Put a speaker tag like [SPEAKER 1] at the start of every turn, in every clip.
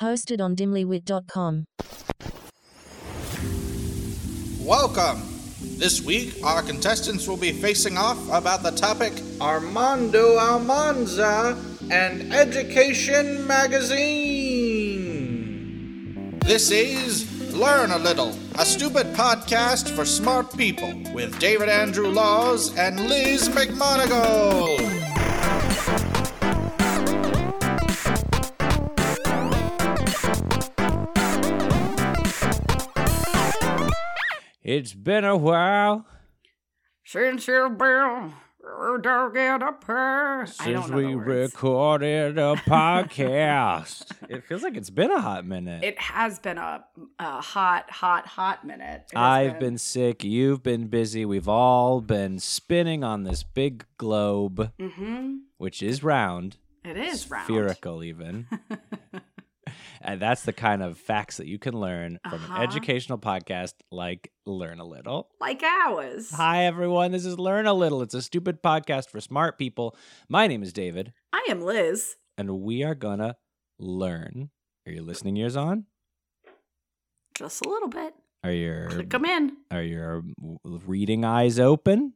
[SPEAKER 1] hosted on dimlywit.com.
[SPEAKER 2] Welcome! This week, our contestants will be facing off about the topic
[SPEAKER 3] Armando Almanza and Education Magazine.
[SPEAKER 2] This is Learn a Little, a stupid podcast for smart people with David Andrew Laws and Liz McMonagle.
[SPEAKER 4] It's been a while
[SPEAKER 5] Since you've been, you don't get a pair. I
[SPEAKER 4] since
[SPEAKER 5] don't know
[SPEAKER 4] we
[SPEAKER 5] the words.
[SPEAKER 4] recorded a podcast. it feels like it's been a hot minute.
[SPEAKER 5] It has been a, a hot, hot, hot minute. It has
[SPEAKER 4] I've been sick. You've been busy. We've all been spinning on this big globe,
[SPEAKER 5] Mhm.
[SPEAKER 4] which is round,
[SPEAKER 5] It is round.
[SPEAKER 4] spherical, even. and that's the kind of facts that you can learn from
[SPEAKER 5] Uh-huh.
[SPEAKER 4] an educational podcast like Learn a Little.
[SPEAKER 5] Like ours.
[SPEAKER 4] Hi, everyone. This is Learn a Little. It's a stupid podcast for smart people. My name is David.
[SPEAKER 5] I am Liz.
[SPEAKER 4] and we are gonna learn. Are your listening ears on?
[SPEAKER 5] Just a little bit.
[SPEAKER 4] Are your
[SPEAKER 5] Come in.
[SPEAKER 4] are your w- reading eyes open?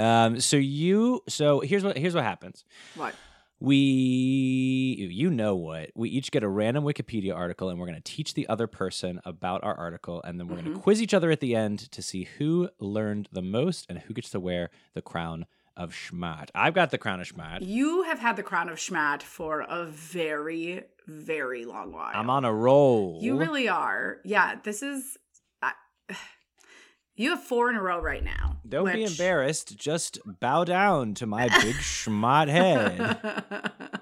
[SPEAKER 4] Um, so you so here's what here's what happens.
[SPEAKER 5] what?
[SPEAKER 4] We you know what we each get a random Wikipedia article, and we're gonna teach the other person about our article, and then we're gonna
[SPEAKER 5] Mhm.
[SPEAKER 4] quiz each other at the end to see who learned the most and who gets to wear the crown of schmat. I've got the crown of schmat.
[SPEAKER 5] You have had the crown of schmat for a very, very long while.
[SPEAKER 4] I'm on a roll.
[SPEAKER 5] You really are. Yeah, this is. I, you have four in a row right now.
[SPEAKER 4] Don't be
[SPEAKER 5] which-
[SPEAKER 4] embarrassed. Just bow down to my big schmott head.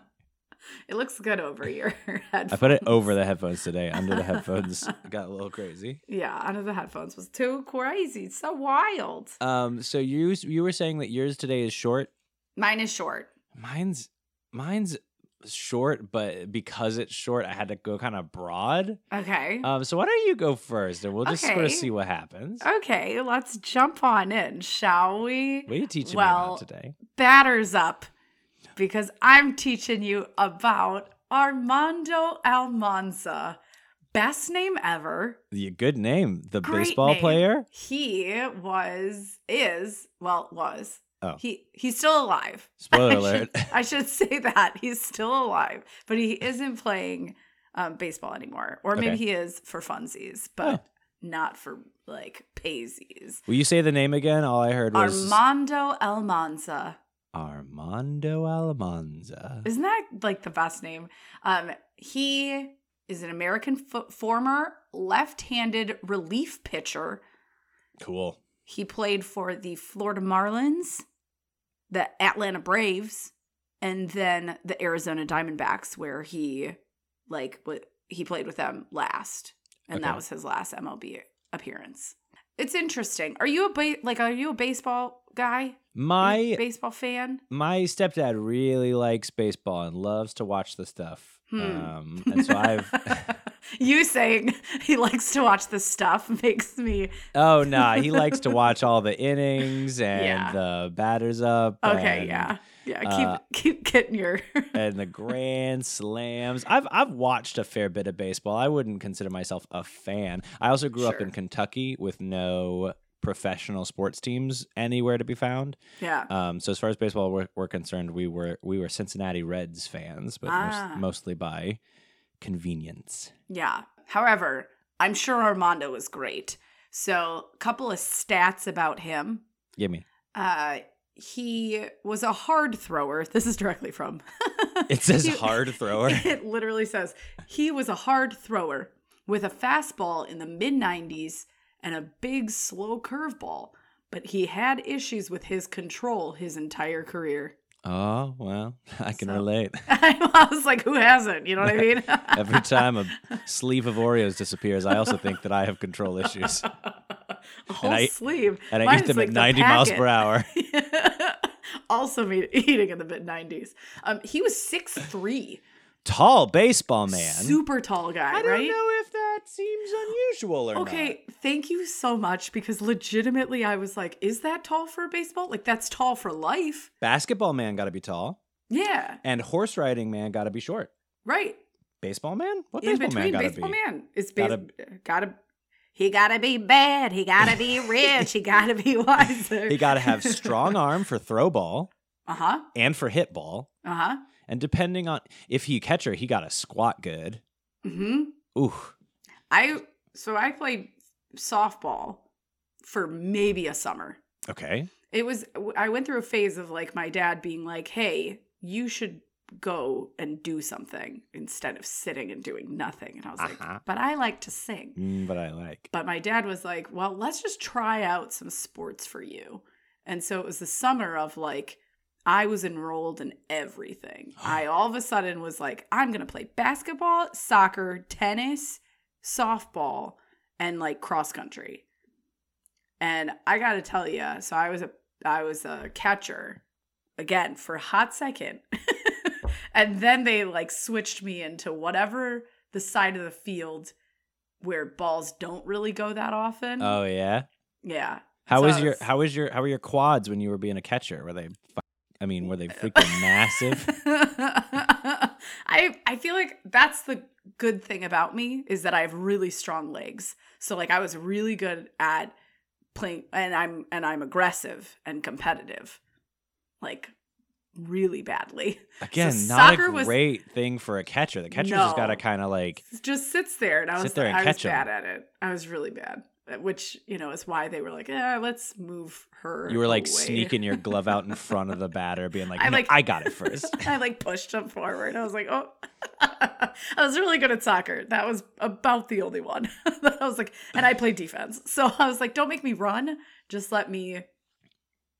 [SPEAKER 5] it looks good over your head.
[SPEAKER 4] I put it over the headphones today. Under the headphones, got a little crazy.
[SPEAKER 5] Yeah, under the headphones was too crazy. It's so wild.
[SPEAKER 4] Um, so you you were saying that yours today is short.
[SPEAKER 5] Mine is short.
[SPEAKER 4] Mine's mine's short, but because it's short, I had to go kind of broad.
[SPEAKER 5] Okay.
[SPEAKER 4] Um, so why don't you go first, and we'll just sort of
[SPEAKER 5] Okay.
[SPEAKER 4] see what happens.
[SPEAKER 5] okay, let's jump on in, shall we?
[SPEAKER 4] What are you teaching me
[SPEAKER 5] well,
[SPEAKER 4] about today?
[SPEAKER 5] Batters up because I'm teaching you about Armando Almanza. Best name ever.
[SPEAKER 4] The good name, the
[SPEAKER 5] Great
[SPEAKER 4] baseball
[SPEAKER 5] name.
[SPEAKER 4] player.
[SPEAKER 5] He was is, well, was.
[SPEAKER 4] Oh.
[SPEAKER 5] He he's still alive.
[SPEAKER 4] Spoiler
[SPEAKER 5] I should-
[SPEAKER 4] alert.
[SPEAKER 5] I should say that he's still alive, but he isn't playing um, baseball anymore, or maybe
[SPEAKER 4] Okay.
[SPEAKER 5] he is for funsies, but
[SPEAKER 4] Oh.
[SPEAKER 5] not for like paisies.
[SPEAKER 4] Will you say the name again? All I heard was
[SPEAKER 5] Armando Almanza,
[SPEAKER 4] Armando Almanza.
[SPEAKER 5] isn't that like the best name? Um, he is an American fo- former left-handed relief pitcher.
[SPEAKER 4] Cool.
[SPEAKER 5] He played for the Florida Marlins, the Atlanta Braves, and then the Arizona Diamondbacks, where he like w- he played with them last, and that
[SPEAKER 4] Okay.
[SPEAKER 5] was his last MLB appearance. It's interesting. Are you a ba- like are you a baseball guy? Are you a
[SPEAKER 4] My
[SPEAKER 5] baseball fan.
[SPEAKER 4] my stepdad really likes baseball and loves to watch the stuff.
[SPEAKER 5] Hmm.
[SPEAKER 4] Um, and so I've
[SPEAKER 5] you saying he likes to watch this stuff makes me
[SPEAKER 4] oh nah, he likes to watch all the innings and
[SPEAKER 5] Yeah.
[SPEAKER 4] the batters up.
[SPEAKER 5] okay.
[SPEAKER 4] and-
[SPEAKER 5] yeah, yeah. Keep
[SPEAKER 4] uh,
[SPEAKER 5] keep getting your
[SPEAKER 4] And the grand slams. I've I've watched a fair bit of baseball. I wouldn't consider myself a fan. I also grew up
[SPEAKER 5] Sure.
[SPEAKER 4] in Kentucky with no professional sports teams anywhere to be found.
[SPEAKER 5] yeah.
[SPEAKER 4] Um, so as far as baseball we're, we're concerned, we were we were Cincinnati Reds fans, but most-
[SPEAKER 5] Ah.
[SPEAKER 4] mostly by convenience.
[SPEAKER 5] Yeah. However, I'm sure Armando was great. So, couple of stats about him.
[SPEAKER 4] Give me.
[SPEAKER 5] Uh, he was a hard thrower. This is directly from.
[SPEAKER 4] It says
[SPEAKER 5] He-
[SPEAKER 4] hard thrower.
[SPEAKER 5] It literally says he was a hard thrower with a fastball in the mid 90s and a big, slow curveball. But he had issues with his control his entire career.
[SPEAKER 4] Oh well, I can
[SPEAKER 5] So-
[SPEAKER 4] relate.
[SPEAKER 5] I was like, who hasn't? You know what I mean?
[SPEAKER 4] Every time a sleeve of Oreos disappears, I also think that I have control issues,
[SPEAKER 5] a whole
[SPEAKER 4] I-
[SPEAKER 5] sleeve.
[SPEAKER 4] and I
[SPEAKER 5] Mine
[SPEAKER 4] eat
[SPEAKER 5] is
[SPEAKER 4] them
[SPEAKER 5] like
[SPEAKER 4] at
[SPEAKER 5] the
[SPEAKER 4] ninety miles
[SPEAKER 5] packet.
[SPEAKER 4] per hour.
[SPEAKER 5] also made eating in the mid 90s. Um, he was 6'3,
[SPEAKER 4] Tall baseball man.
[SPEAKER 5] super tall guy,
[SPEAKER 4] I don't
[SPEAKER 5] right?
[SPEAKER 4] know if that seems unusual or
[SPEAKER 5] Okay, thank you so much because legitimately I was like, is that tall for baseball? Like, that's tall for life.
[SPEAKER 4] not. Basketball man got to be tall,
[SPEAKER 5] Yeah,
[SPEAKER 4] and horse riding man got to be short.
[SPEAKER 5] right.
[SPEAKER 4] Baseball man? What
[SPEAKER 5] in
[SPEAKER 4] baseball man
[SPEAKER 5] between,
[SPEAKER 4] gotta
[SPEAKER 5] baseball
[SPEAKER 4] be?
[SPEAKER 5] man is bas-
[SPEAKER 4] Gotta-
[SPEAKER 5] gotta, he gotta be bad. He gotta be rich. he gotta be wiser.
[SPEAKER 4] He gotta have strong arm for throw ball
[SPEAKER 5] Uh huh.
[SPEAKER 4] and for hit ball.
[SPEAKER 5] Uh huh.
[SPEAKER 4] And depending on if he catcher, he gotta squat good.
[SPEAKER 5] Hmm.
[SPEAKER 4] Ooh.
[SPEAKER 5] I so I played softball for maybe a summer.
[SPEAKER 4] Okay.
[SPEAKER 5] It was I went through a phase of like my dad being like, "Hey, you should go and do something instead of sitting and doing nothing." And I was
[SPEAKER 4] Uh-huh.
[SPEAKER 5] like, "But I like to sing."
[SPEAKER 4] Mm, but I like.
[SPEAKER 5] But my dad was like, well, let's just try out some sports for you. And so it was the summer of like, I was enrolled in everything. I all of a sudden was like, I'm going to play basketball, soccer, tennis, softball, and like cross country. And I got to tell you, so I was a I was a catcher again for a hot second. and then they like switched me into whatever the side of the field where balls don't really go that often.
[SPEAKER 4] Oh yeah.
[SPEAKER 5] yeah.
[SPEAKER 4] How
[SPEAKER 5] Mm. So
[SPEAKER 4] was
[SPEAKER 5] I
[SPEAKER 4] your
[SPEAKER 5] was-
[SPEAKER 4] how was your how were your quads when you were being a catcher? Were they fu- I mean, were they freaking massive?
[SPEAKER 5] I I feel like that's the good thing about me is that I have really strong legs. So like I was really good at playing and I'm and I'm aggressive and competitive. Like really badly.
[SPEAKER 4] Again, not a
[SPEAKER 5] soccer was-
[SPEAKER 4] great thing for a catcher. The catcher just
[SPEAKER 5] No.
[SPEAKER 4] got to kind of like
[SPEAKER 5] It just sits there and I
[SPEAKER 4] Sit
[SPEAKER 5] was
[SPEAKER 4] there and
[SPEAKER 5] I
[SPEAKER 4] catch
[SPEAKER 5] was
[SPEAKER 4] 'em.
[SPEAKER 5] bad at it. I was really bad. uh, Which, you know, is why they were like, eh, let's move her.
[SPEAKER 4] you were like
[SPEAKER 5] away."
[SPEAKER 4] sneaking your glove out in front of the batter, being like,
[SPEAKER 5] I
[SPEAKER 4] I,
[SPEAKER 5] like-
[SPEAKER 4] I got it first.
[SPEAKER 5] I like pushed him forward. I was like, oh. I was really good at soccer. That was about the only one. I was like, and I played defense. So I was like, don't make me run. Just let me,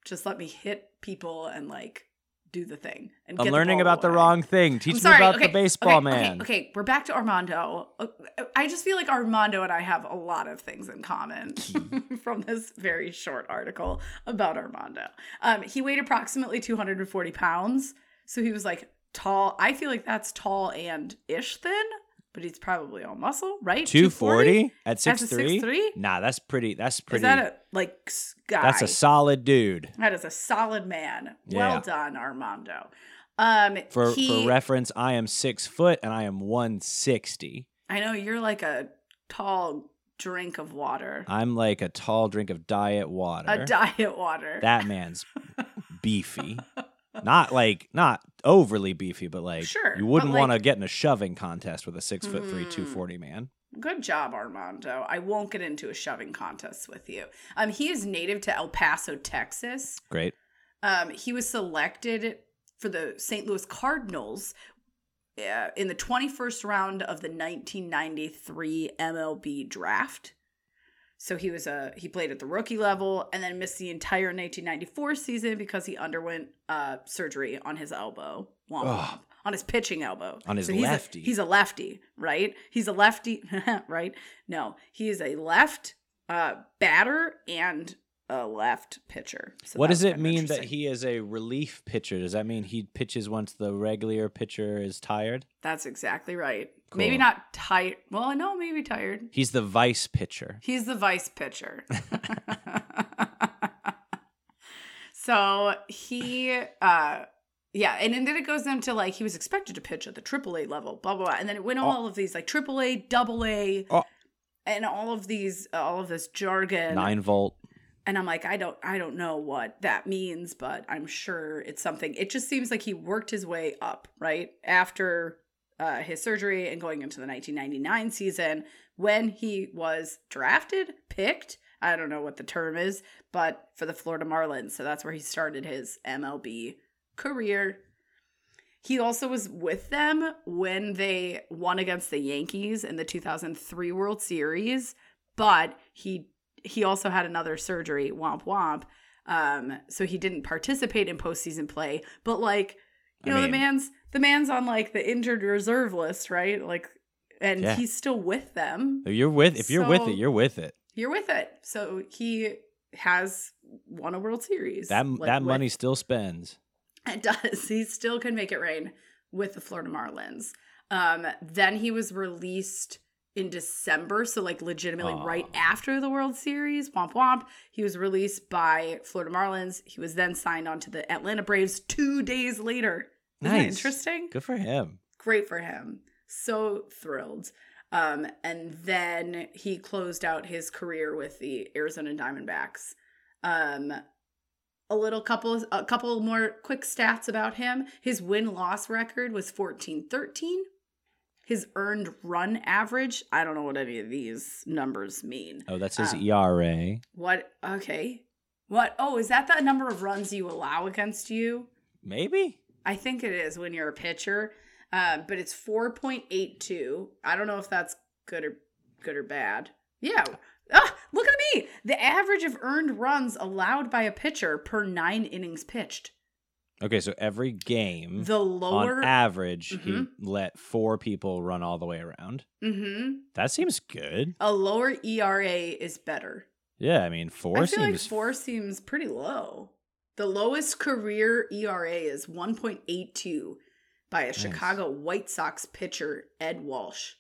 [SPEAKER 5] just let me hit people and like do the thing. And get
[SPEAKER 4] I'm
[SPEAKER 5] the
[SPEAKER 4] learning
[SPEAKER 5] ball
[SPEAKER 4] about the
[SPEAKER 5] away.
[SPEAKER 4] wrong thing. Teach
[SPEAKER 5] I'm
[SPEAKER 4] me
[SPEAKER 5] sorry.
[SPEAKER 4] about
[SPEAKER 5] okay,
[SPEAKER 4] the baseball
[SPEAKER 5] okay,
[SPEAKER 4] man.
[SPEAKER 5] Okay, okay, we're back to Armando. Uh, I just feel like Armando and I have a lot of things in common from this very short article about Armando. Um, he weighed approximately 240 pounds, so he was like tall. I feel like that's tall and ish thin, but he's probably all muscle, right?
[SPEAKER 4] 240 at
[SPEAKER 5] That's a
[SPEAKER 4] 6'3"?
[SPEAKER 5] 6'3"?
[SPEAKER 4] Nah, that's pretty. That's pretty.
[SPEAKER 5] Is that a like s- guy?
[SPEAKER 4] that's a solid dude.
[SPEAKER 5] that is a solid man.
[SPEAKER 4] Yeah.
[SPEAKER 5] Well done, Armando. Um,
[SPEAKER 4] For
[SPEAKER 5] he-
[SPEAKER 4] for reference, I am six foot and I am 160.
[SPEAKER 5] I know you're like a tall drink of water,
[SPEAKER 4] I'm like a tall drink of diet water.
[SPEAKER 5] a diet water.
[SPEAKER 4] that man's beefy. Not like not overly beefy, but like
[SPEAKER 5] Sure,
[SPEAKER 4] you wouldn't
[SPEAKER 5] but,
[SPEAKER 4] want to
[SPEAKER 5] like-
[SPEAKER 4] get in a shoving contest with a six foot three,
[SPEAKER 5] Mm.
[SPEAKER 4] two forty man.
[SPEAKER 5] Good job, Armando. I won't get into a shoving contest with you. Um, he is native to El Paso, Texas.
[SPEAKER 4] Great.
[SPEAKER 5] Um, he was selected for the St. Louis Cardinals uh, in the 21st round of the 1993 MLB draft. So he was a he played at the rookie level and then missed the entire 1994 season because he underwent uh, surgery on his elbow, Womp
[SPEAKER 4] Ugh.
[SPEAKER 5] womp. on his pitching elbow.
[SPEAKER 4] On his
[SPEAKER 5] he's a-
[SPEAKER 4] lefty.
[SPEAKER 5] he's a lefty, right? He's a lefty, right? No, he is a left uh, batter and a left pitcher. So
[SPEAKER 4] what
[SPEAKER 5] that
[SPEAKER 4] does
[SPEAKER 5] was
[SPEAKER 4] it
[SPEAKER 5] kind of
[SPEAKER 4] mean that
[SPEAKER 5] interesting.
[SPEAKER 4] he is a relief pitcher? Does that mean he pitches once the regular pitcher is tired?
[SPEAKER 5] That's exactly right. Maybe
[SPEAKER 4] Cool.
[SPEAKER 5] not tired. Well, no, maybe tired.
[SPEAKER 4] He's the vice pitcher.
[SPEAKER 5] He's the vice pitcher. so he, uh, yeah, and, and then it goes into like he was expected to pitch at the AAA level, blah blah, blah. and then it went all, of these like AAA, double A,
[SPEAKER 4] Oh.
[SPEAKER 5] and all of these, uh, all of this jargon.
[SPEAKER 4] Nine volt.
[SPEAKER 5] and I'm like, I don't I don't know what that means, but I'm sure it's something. It just seems like he worked his way up, right? After uh, his surgery and going into the 1999 season when he was drafted, picked, I don't know what the term is, but for the Florida Marlins. So that's where he started his MLB career. He also was with them when they won against the Yankees in the 2003 World Series, but he he also had another surgery, womp womp. Um, so he didn't participate in postseason play, but like you
[SPEAKER 4] I
[SPEAKER 5] know,
[SPEAKER 4] mean-
[SPEAKER 5] the man's the man's on like the injured reserve list, right? Like, and
[SPEAKER 4] Yeah.
[SPEAKER 5] he's still with them.
[SPEAKER 4] If you're with if you're with
[SPEAKER 5] So-
[SPEAKER 4] it, you're with it.
[SPEAKER 5] You're with it, so he has won a World Series.
[SPEAKER 4] That
[SPEAKER 5] like,
[SPEAKER 4] that
[SPEAKER 5] with-
[SPEAKER 4] money still spends.
[SPEAKER 5] it does. He still can make it rain with the Florida Marlins. Um, then he was released in December, so like legitimately
[SPEAKER 4] Aw.
[SPEAKER 5] right after the World Series, womp womp. He was released by Florida Marlins. He was then signed on to the Atlanta Braves two days later. Isn't that
[SPEAKER 4] Nice.
[SPEAKER 5] interesting?
[SPEAKER 4] Good for him.
[SPEAKER 5] Great for him. so thrilled. Um, and then he closed out his career with the Arizona Diamondbacks. Um, a little couple, a couple more quick stats about him. His win loss record was 14 13. His earned run average, I don't know what any of these numbers mean.
[SPEAKER 4] Oh, that's his
[SPEAKER 5] Um,
[SPEAKER 4] ERA.
[SPEAKER 5] What? Okay. What? Oh, is that the number of runs you allow against you?
[SPEAKER 4] Maybe.
[SPEAKER 5] I think it is when you're a pitcher, uh, but it's 4.82. I don't know if that's good or good or bad. Yeah. Ah, look at me. The average of earned runs allowed by a pitcher per nine innings pitched.
[SPEAKER 4] Okay, so every game,
[SPEAKER 5] The lower.
[SPEAKER 4] Mm-hmm. on average, he
[SPEAKER 5] Mhm.
[SPEAKER 4] let four people run all the way around.
[SPEAKER 5] hmm
[SPEAKER 4] That seems good.
[SPEAKER 5] A lower ERA is better.
[SPEAKER 4] Yeah, I mean, four
[SPEAKER 5] I feel
[SPEAKER 4] seems
[SPEAKER 5] like four seems pretty low. The lowest career ERA is 1.82 by a Chicago White Sox pitcher, Ed Walsh.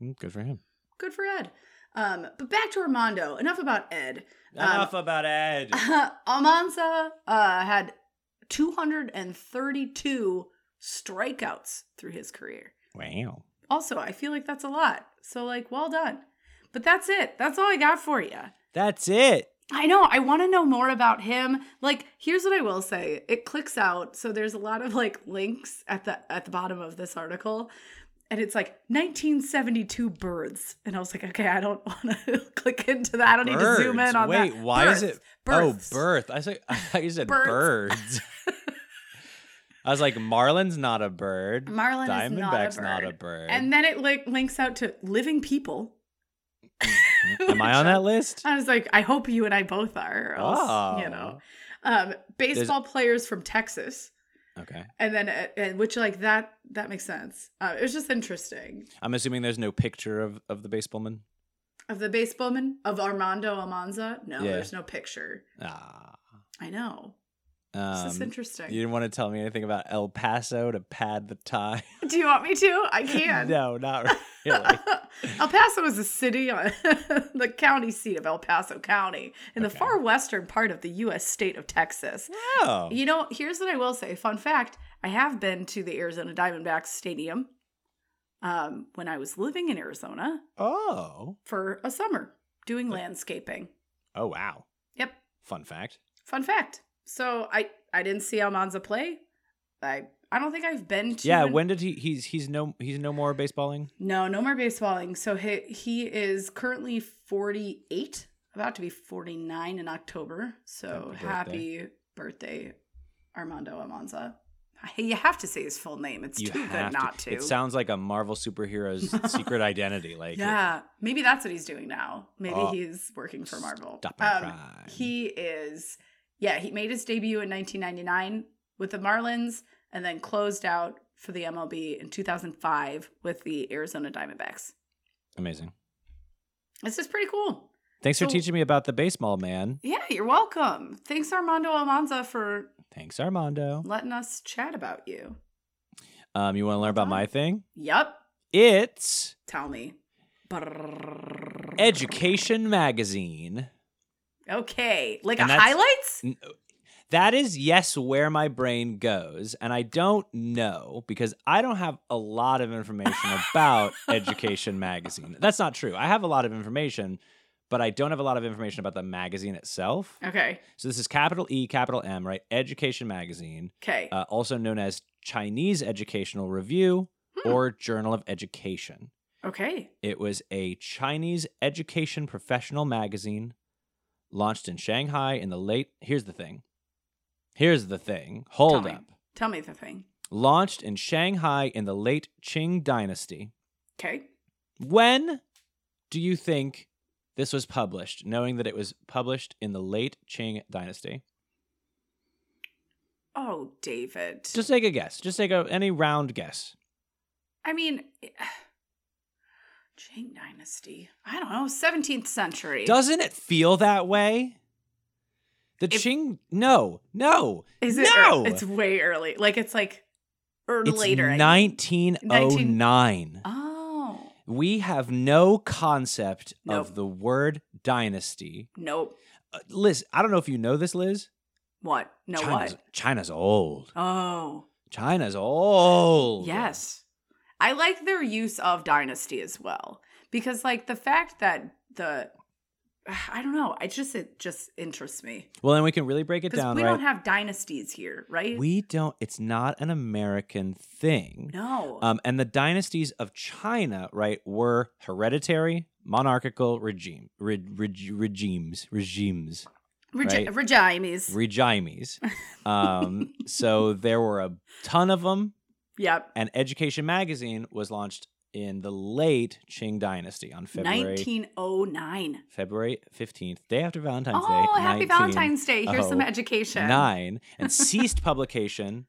[SPEAKER 4] Mm, good for him.
[SPEAKER 5] Good for Ed. Um, but back to Armando. Enough about Ed.
[SPEAKER 4] Enough about Ed.
[SPEAKER 5] Almanza uh, had 232 strikeouts through his career.
[SPEAKER 4] wow.
[SPEAKER 5] Also, I feel like that's a lot. So, like, well done. But that's it. That's all I got for you.
[SPEAKER 4] That's it.
[SPEAKER 5] I know. I want to know more about him. Like, here's what I will say. It clicks out, so there's a lot of like links at the at the bottom of this article. And it's like 1972 births. And I was like, okay, I don't want to click into that. I don't need to zoom in
[SPEAKER 4] Birds.
[SPEAKER 5] on
[SPEAKER 4] Wait,
[SPEAKER 5] that.
[SPEAKER 4] why is
[SPEAKER 5] Births.
[SPEAKER 4] it?
[SPEAKER 5] Births.
[SPEAKER 4] Oh, birth. I said. I said
[SPEAKER 5] Birds.
[SPEAKER 4] birds. I was like, Marlin's not a bird.
[SPEAKER 5] Marlin is not a,
[SPEAKER 4] Diamondback's
[SPEAKER 5] bird.
[SPEAKER 4] not a bird.
[SPEAKER 5] And then it like links out to living people.
[SPEAKER 4] Am I on that list? Oh.
[SPEAKER 5] I was like, I hope you and I both are. Or else, You know, um, baseball players from Texas.
[SPEAKER 4] Okay.
[SPEAKER 5] and then uh, and which like that that makes sense uh, it was just interesting
[SPEAKER 4] I'm assuming there's no picture of of the baseballman.
[SPEAKER 5] of the baseballman of armando almanza no
[SPEAKER 4] Yeah.
[SPEAKER 5] there's no picture
[SPEAKER 4] Ah.
[SPEAKER 5] i know
[SPEAKER 4] Um,
[SPEAKER 5] this is interesting
[SPEAKER 4] You didn't want to tell me anything about El Paso to pad the tie.
[SPEAKER 5] do you want me to i can
[SPEAKER 4] no, not really.
[SPEAKER 5] el paso is a city on the county seat of el paso county in
[SPEAKER 4] Okay.
[SPEAKER 5] the far western part of the u.s state of texas
[SPEAKER 4] Oh.
[SPEAKER 5] you know here's what i will say fun fact i have been to the arizona diamondbacks stadium um, when i was living in arizona
[SPEAKER 4] Oh.
[SPEAKER 5] for a summer doing landscaping
[SPEAKER 4] Oh wow.
[SPEAKER 5] Yep.
[SPEAKER 4] Fun fact.
[SPEAKER 5] Fun fact. So I I didn't see Almanza play. I I don't think I've been to
[SPEAKER 4] Yeah,
[SPEAKER 5] an-
[SPEAKER 4] when did he he's he's no he's no more baseballing?
[SPEAKER 5] No, no more baseballing. So he he is currently 48, about to be 49 in October. So
[SPEAKER 4] Happy
[SPEAKER 5] happy birthday, Armando Almanza. I- You have to say his full name. It's too good not to.
[SPEAKER 4] It sounds like a Marvel superhero's secret identity. Like
[SPEAKER 5] yeah, maybe that's what he's doing now. Maybe
[SPEAKER 4] Oh.
[SPEAKER 5] he's working for Marvel. Um,
[SPEAKER 4] Stop and cry.
[SPEAKER 5] He is, yeah, he made his debut in 1999 with the Marlins and then closed out for the MLB in 2005 with the Arizona Diamondbacks.
[SPEAKER 4] amazing.
[SPEAKER 5] This is pretty cool.
[SPEAKER 4] Thanks for
[SPEAKER 5] So-
[SPEAKER 4] teaching me about the baseball man.
[SPEAKER 5] Yeah, you're welcome. Thanks, Armando Almanza, for
[SPEAKER 4] Thanks, Armando.
[SPEAKER 5] letting us chat about you.
[SPEAKER 4] Um, you want to learn
[SPEAKER 5] Uh-huh.
[SPEAKER 4] about my thing?
[SPEAKER 5] Yup,
[SPEAKER 4] It's
[SPEAKER 5] tell me.
[SPEAKER 4] Education Magazine.
[SPEAKER 5] Okay, like
[SPEAKER 4] And
[SPEAKER 5] a
[SPEAKER 4] that's-
[SPEAKER 5] highlights?
[SPEAKER 4] N- That is, yes, where my brain goes. And I don't know because I don't have a lot of information about Education Magazine. That's not true. I have a lot of information, but I don't have a lot of information about the magazine itself.
[SPEAKER 5] Okay,
[SPEAKER 4] So this is capital E, capital M, right? Education Magazine,
[SPEAKER 5] okay.
[SPEAKER 4] uh, also known as Chinese Educational Review
[SPEAKER 5] Hmm.
[SPEAKER 4] or Journal of Education.
[SPEAKER 5] okay.
[SPEAKER 4] It was a Chinese education professional magazine launched in Shanghai in the late. Here's the thing. Here's the thing. Hold
[SPEAKER 5] me.
[SPEAKER 4] up.
[SPEAKER 5] Tell me the thing.
[SPEAKER 4] Launched in Shanghai in the late Qing Dynasty.
[SPEAKER 5] Okay.
[SPEAKER 4] When do you think this was published, knowing that it was published in the late Qing Dynasty?
[SPEAKER 5] Oh, David.
[SPEAKER 4] Just take a guess. Just take a, any round guess.
[SPEAKER 5] I mean, Qing Dynasty. I don't know, 17th century.
[SPEAKER 4] Doesn't it feel that way? The
[SPEAKER 5] If-
[SPEAKER 4] Qing. No, no.
[SPEAKER 5] Is it? ear-
[SPEAKER 4] No!
[SPEAKER 5] it's way early. Like it's like or
[SPEAKER 4] It's
[SPEAKER 5] later. I mean.
[SPEAKER 4] 1909.
[SPEAKER 5] Oh
[SPEAKER 4] We have no concept of
[SPEAKER 5] Nope.
[SPEAKER 4] the word dynasty.
[SPEAKER 5] nope.
[SPEAKER 4] Uh, Liz, I don't know if you know this, Liz.
[SPEAKER 5] What? No
[SPEAKER 4] China's,
[SPEAKER 5] what?
[SPEAKER 4] China's old.
[SPEAKER 5] Oh
[SPEAKER 4] China's old.
[SPEAKER 5] yes. I like their use of dynasty as well because like the fact that the I don't know, I just it just interests me
[SPEAKER 4] Well, then we can really break it
[SPEAKER 5] because
[SPEAKER 4] down,
[SPEAKER 5] we
[SPEAKER 4] right?
[SPEAKER 5] don't have dynasties here, right?
[SPEAKER 4] we don't. It's not an American thing.
[SPEAKER 5] no.
[SPEAKER 4] Um, and the dynasties of China, right, were hereditary, monarchical regime, re- reg- regimes, regimes,
[SPEAKER 5] Regi-
[SPEAKER 4] right.
[SPEAKER 5] Regimes.
[SPEAKER 4] regimes. Um, so there were a ton of them,
[SPEAKER 5] yep.
[SPEAKER 4] and Education Magazine was launched in the late Qing Dynasty on February
[SPEAKER 5] 1909.
[SPEAKER 4] February fifteenth, day after Valentine's Day.
[SPEAKER 5] Oh, happy
[SPEAKER 4] 1909.
[SPEAKER 5] Valentine's Day. Here's some
[SPEAKER 4] oh,
[SPEAKER 5] education.
[SPEAKER 4] nine and ceased publication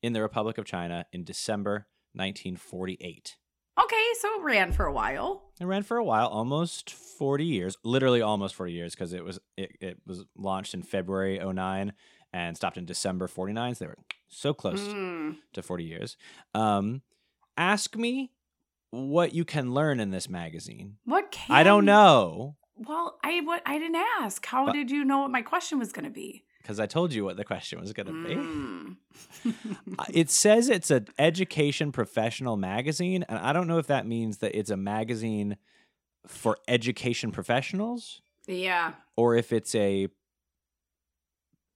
[SPEAKER 4] in the Republic of China in December 1948.
[SPEAKER 5] Okay, so it ran for a while.
[SPEAKER 4] It ran for a while, almost 40 years, literally almost 40 years, because it was it, it was launched in February 09 and stopped in December 49. So they were so close
[SPEAKER 5] Mm.
[SPEAKER 4] to 40 years. Um, ask me what you can learn in this magazine.
[SPEAKER 5] What can
[SPEAKER 4] I don't know
[SPEAKER 5] Well, I what I didn't ask. How
[SPEAKER 4] But-
[SPEAKER 5] did you know what my question was going to be?
[SPEAKER 4] because I told you what the question was going to be.
[SPEAKER 5] Mm.
[SPEAKER 4] Uh, it says it's an education professional magazine, and I don't know if that means that it's a magazine for education professionals
[SPEAKER 5] yeah.
[SPEAKER 4] or if it's a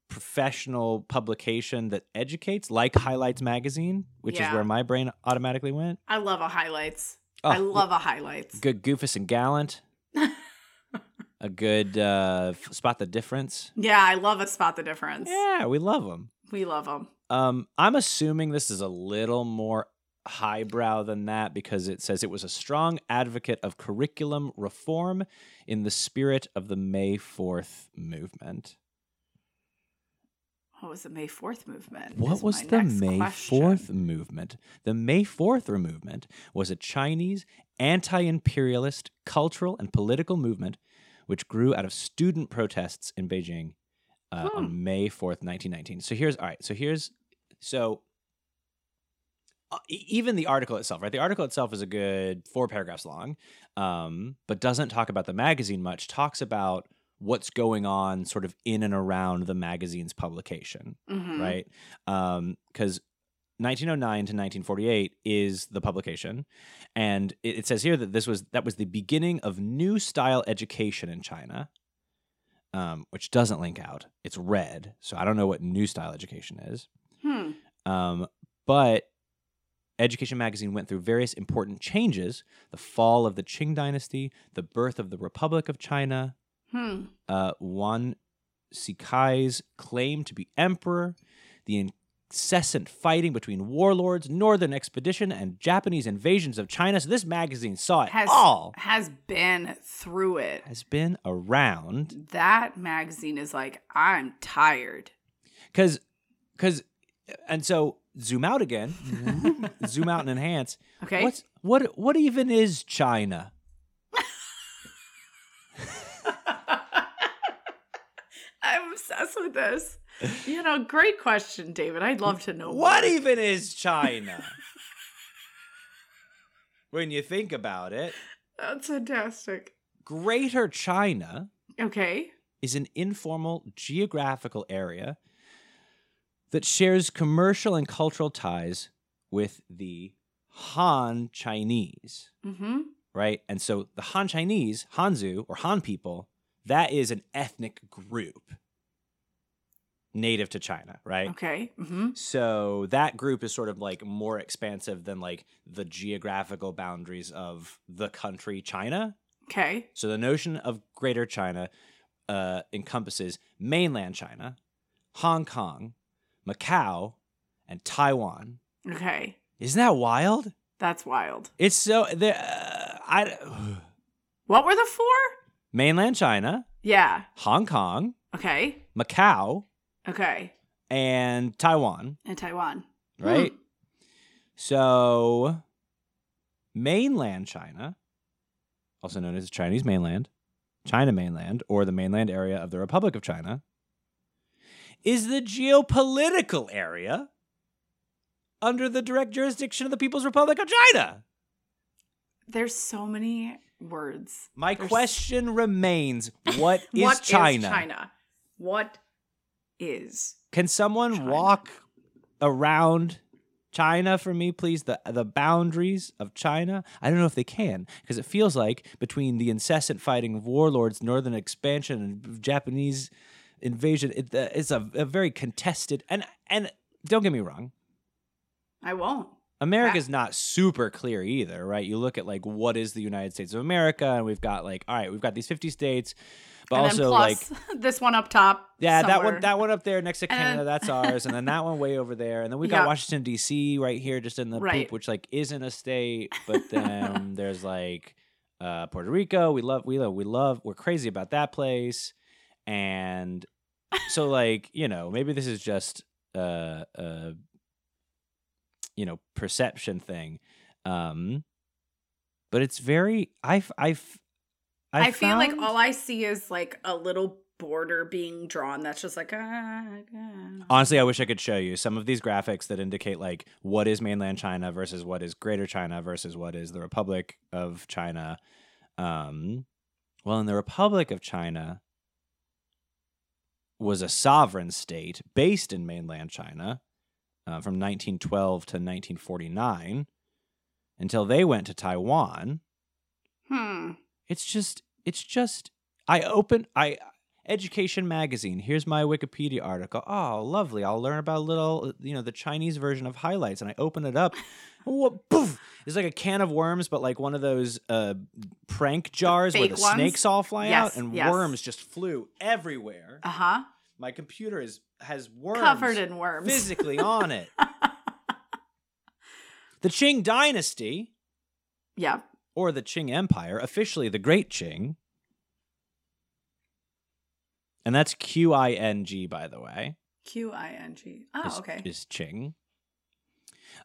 [SPEAKER 4] professional publication that educates, like Highlights Magazine, which is
[SPEAKER 5] Yeah.
[SPEAKER 4] where my brain automatically went.
[SPEAKER 5] I love a highlights. I
[SPEAKER 4] Oh,
[SPEAKER 5] love a highlights.
[SPEAKER 4] good Goofus and Gallant. a good uh, f- spot the difference.
[SPEAKER 5] Yeah, I love a spot the difference.
[SPEAKER 4] Yeah, we love them.
[SPEAKER 5] We love them.
[SPEAKER 4] Um, I'm assuming this is a little more highbrow than that because it says it was a strong advocate of curriculum reform in the spirit of the May 4th movement.
[SPEAKER 5] What was the May 4th movement?
[SPEAKER 4] What
[SPEAKER 5] is
[SPEAKER 4] was
[SPEAKER 5] my
[SPEAKER 4] the
[SPEAKER 5] next
[SPEAKER 4] May
[SPEAKER 5] question.
[SPEAKER 4] 4th movement? The May 4th movement was a Chinese anti imperialist cultural and political movement which grew out of student protests in Beijing uh,
[SPEAKER 5] Hmm.
[SPEAKER 4] on May 4th, 1919. So here's, all right, so here's, so uh, e- even the article itself, right? The article itself is a good four paragraphs long, um, but doesn't talk about the magazine much, talks about what's going on sort of in and around the magazine's publication
[SPEAKER 5] Mhm.
[SPEAKER 4] right? Um, because 1909 to 1948 is the publication, and it, it says here that this was that was the beginning of new style education in China, um, which doesn't link out. It's red, so I don't know what new style education is.
[SPEAKER 5] Hmm.
[SPEAKER 4] Um, but Education Magazine went through various important changes: the fall of the Qing Dynasty, the birth of the Republic of China,
[SPEAKER 5] Hmm.
[SPEAKER 4] uh, Wan Sikai's claim to be emperor, the incessant fighting between warlords, northern expedition, and Japanese invasions of China. So this magazine saw it
[SPEAKER 5] Has
[SPEAKER 4] all.
[SPEAKER 5] has been through it.
[SPEAKER 4] Has been around
[SPEAKER 5] That magazine is like I'm tired.
[SPEAKER 4] because, because, and so zoom out again, zoom out and enhance.
[SPEAKER 5] Okay.
[SPEAKER 4] What's what? What even is China?
[SPEAKER 5] I'm obsessed with this. You know, great question, David. I'd love to know
[SPEAKER 4] What even is China? when you think about it,
[SPEAKER 5] That's fantastic.
[SPEAKER 4] Greater China
[SPEAKER 5] Okay.
[SPEAKER 4] is an informal geographical area that shares commercial and cultural ties with the Han Chinese,
[SPEAKER 5] Mm-hmm.
[SPEAKER 4] right? And so the Han Chinese, Hanzu or Han people, that is an ethnic group native to China, right?
[SPEAKER 5] Okay. Mm-hmm.
[SPEAKER 4] So that group is sort of like more expansive than like the geographical boundaries of the country China,
[SPEAKER 5] Okay.
[SPEAKER 4] so the notion of Greater China uh, encompasses mainland China, Hong Kong, Macau, and Taiwan.
[SPEAKER 5] Okay.
[SPEAKER 4] Isn't that wild?
[SPEAKER 5] That's wild.
[SPEAKER 4] It's so the uh, I
[SPEAKER 5] What were the four?
[SPEAKER 4] mainland China,
[SPEAKER 5] Yeah.
[SPEAKER 4] Hong Kong,
[SPEAKER 5] Okay.
[SPEAKER 4] Macau,
[SPEAKER 5] Okay.
[SPEAKER 4] and Taiwan,
[SPEAKER 5] And Taiwan. Hmm.
[SPEAKER 4] right? So mainland China, also known as Chinese mainland, China mainland, or the mainland area of the Republic of China, is the geopolitical area under the direct jurisdiction of the People's Republic of China.
[SPEAKER 5] There's so many words.
[SPEAKER 4] My
[SPEAKER 5] There's-
[SPEAKER 4] question remains what is
[SPEAKER 5] What
[SPEAKER 4] China?
[SPEAKER 5] China? What is?
[SPEAKER 4] Can someone
[SPEAKER 5] China.
[SPEAKER 4] walk around China for me, please. The the boundaries of China. I don't know if they can because it feels like between the incessant fighting of warlords, northern expansion, and Japanese invasion, it, uh, it's a, a very contested. And and don't get me wrong,
[SPEAKER 5] I won't.
[SPEAKER 4] America's
[SPEAKER 5] Ah.
[SPEAKER 4] not super clear either, right? You look at like what is the United States of America, and we've got like all right, we've got these fifty states, but
[SPEAKER 5] and
[SPEAKER 4] also
[SPEAKER 5] then plus
[SPEAKER 4] like
[SPEAKER 5] this one up top.
[SPEAKER 4] yeah, that
[SPEAKER 5] somewhere.
[SPEAKER 4] one that one up there next to
[SPEAKER 5] And
[SPEAKER 4] Canada,
[SPEAKER 5] then-
[SPEAKER 4] that's ours, and then that one way over there, and then we
[SPEAKER 5] Yeah.
[SPEAKER 4] got Washington D.C. right here, just in the
[SPEAKER 5] Right.
[SPEAKER 4] poop, which like isn't a state, but then there's like uh, Puerto Rico. We love we love we love we're crazy about that place, and so like you know maybe this is just uh uh you know perception thing um but it's very i f- i f-
[SPEAKER 5] I, feel like
[SPEAKER 4] found-
[SPEAKER 5] all I see is like a little border being drawn. That's just like ah, ah.
[SPEAKER 4] honestly i wish i could show you some of these graphics that indicate like what is mainland china versus what is greater china versus what is the republic of china um well in the republic of china was a sovereign state based in mainland china uh, from 1912 to 1949 until they went to taiwan
[SPEAKER 5] hmm.
[SPEAKER 4] it's just it's just I open I Education Magazine. Here's my Wikipedia article. Oh, lovely. I'll learn about a little, you know, the Chinese version of highlights and I open it up. What poof. It's like a can of worms but like one of those uh prank jars where
[SPEAKER 5] fake
[SPEAKER 4] the
[SPEAKER 5] ones?
[SPEAKER 4] snakes all fly
[SPEAKER 5] Yes,
[SPEAKER 4] out and
[SPEAKER 5] yes.
[SPEAKER 4] worms just flew everywhere.
[SPEAKER 5] Uh huh.
[SPEAKER 4] my computer is has worms
[SPEAKER 5] Covered in worms.
[SPEAKER 4] physically on it. the Qing dynasty
[SPEAKER 5] yeah.
[SPEAKER 4] or the Qing Empire, officially the Great Qing. And that's Q I N G, by the way.
[SPEAKER 5] Q I N G. Oh,
[SPEAKER 4] is,
[SPEAKER 5] okay.
[SPEAKER 4] Is Qing.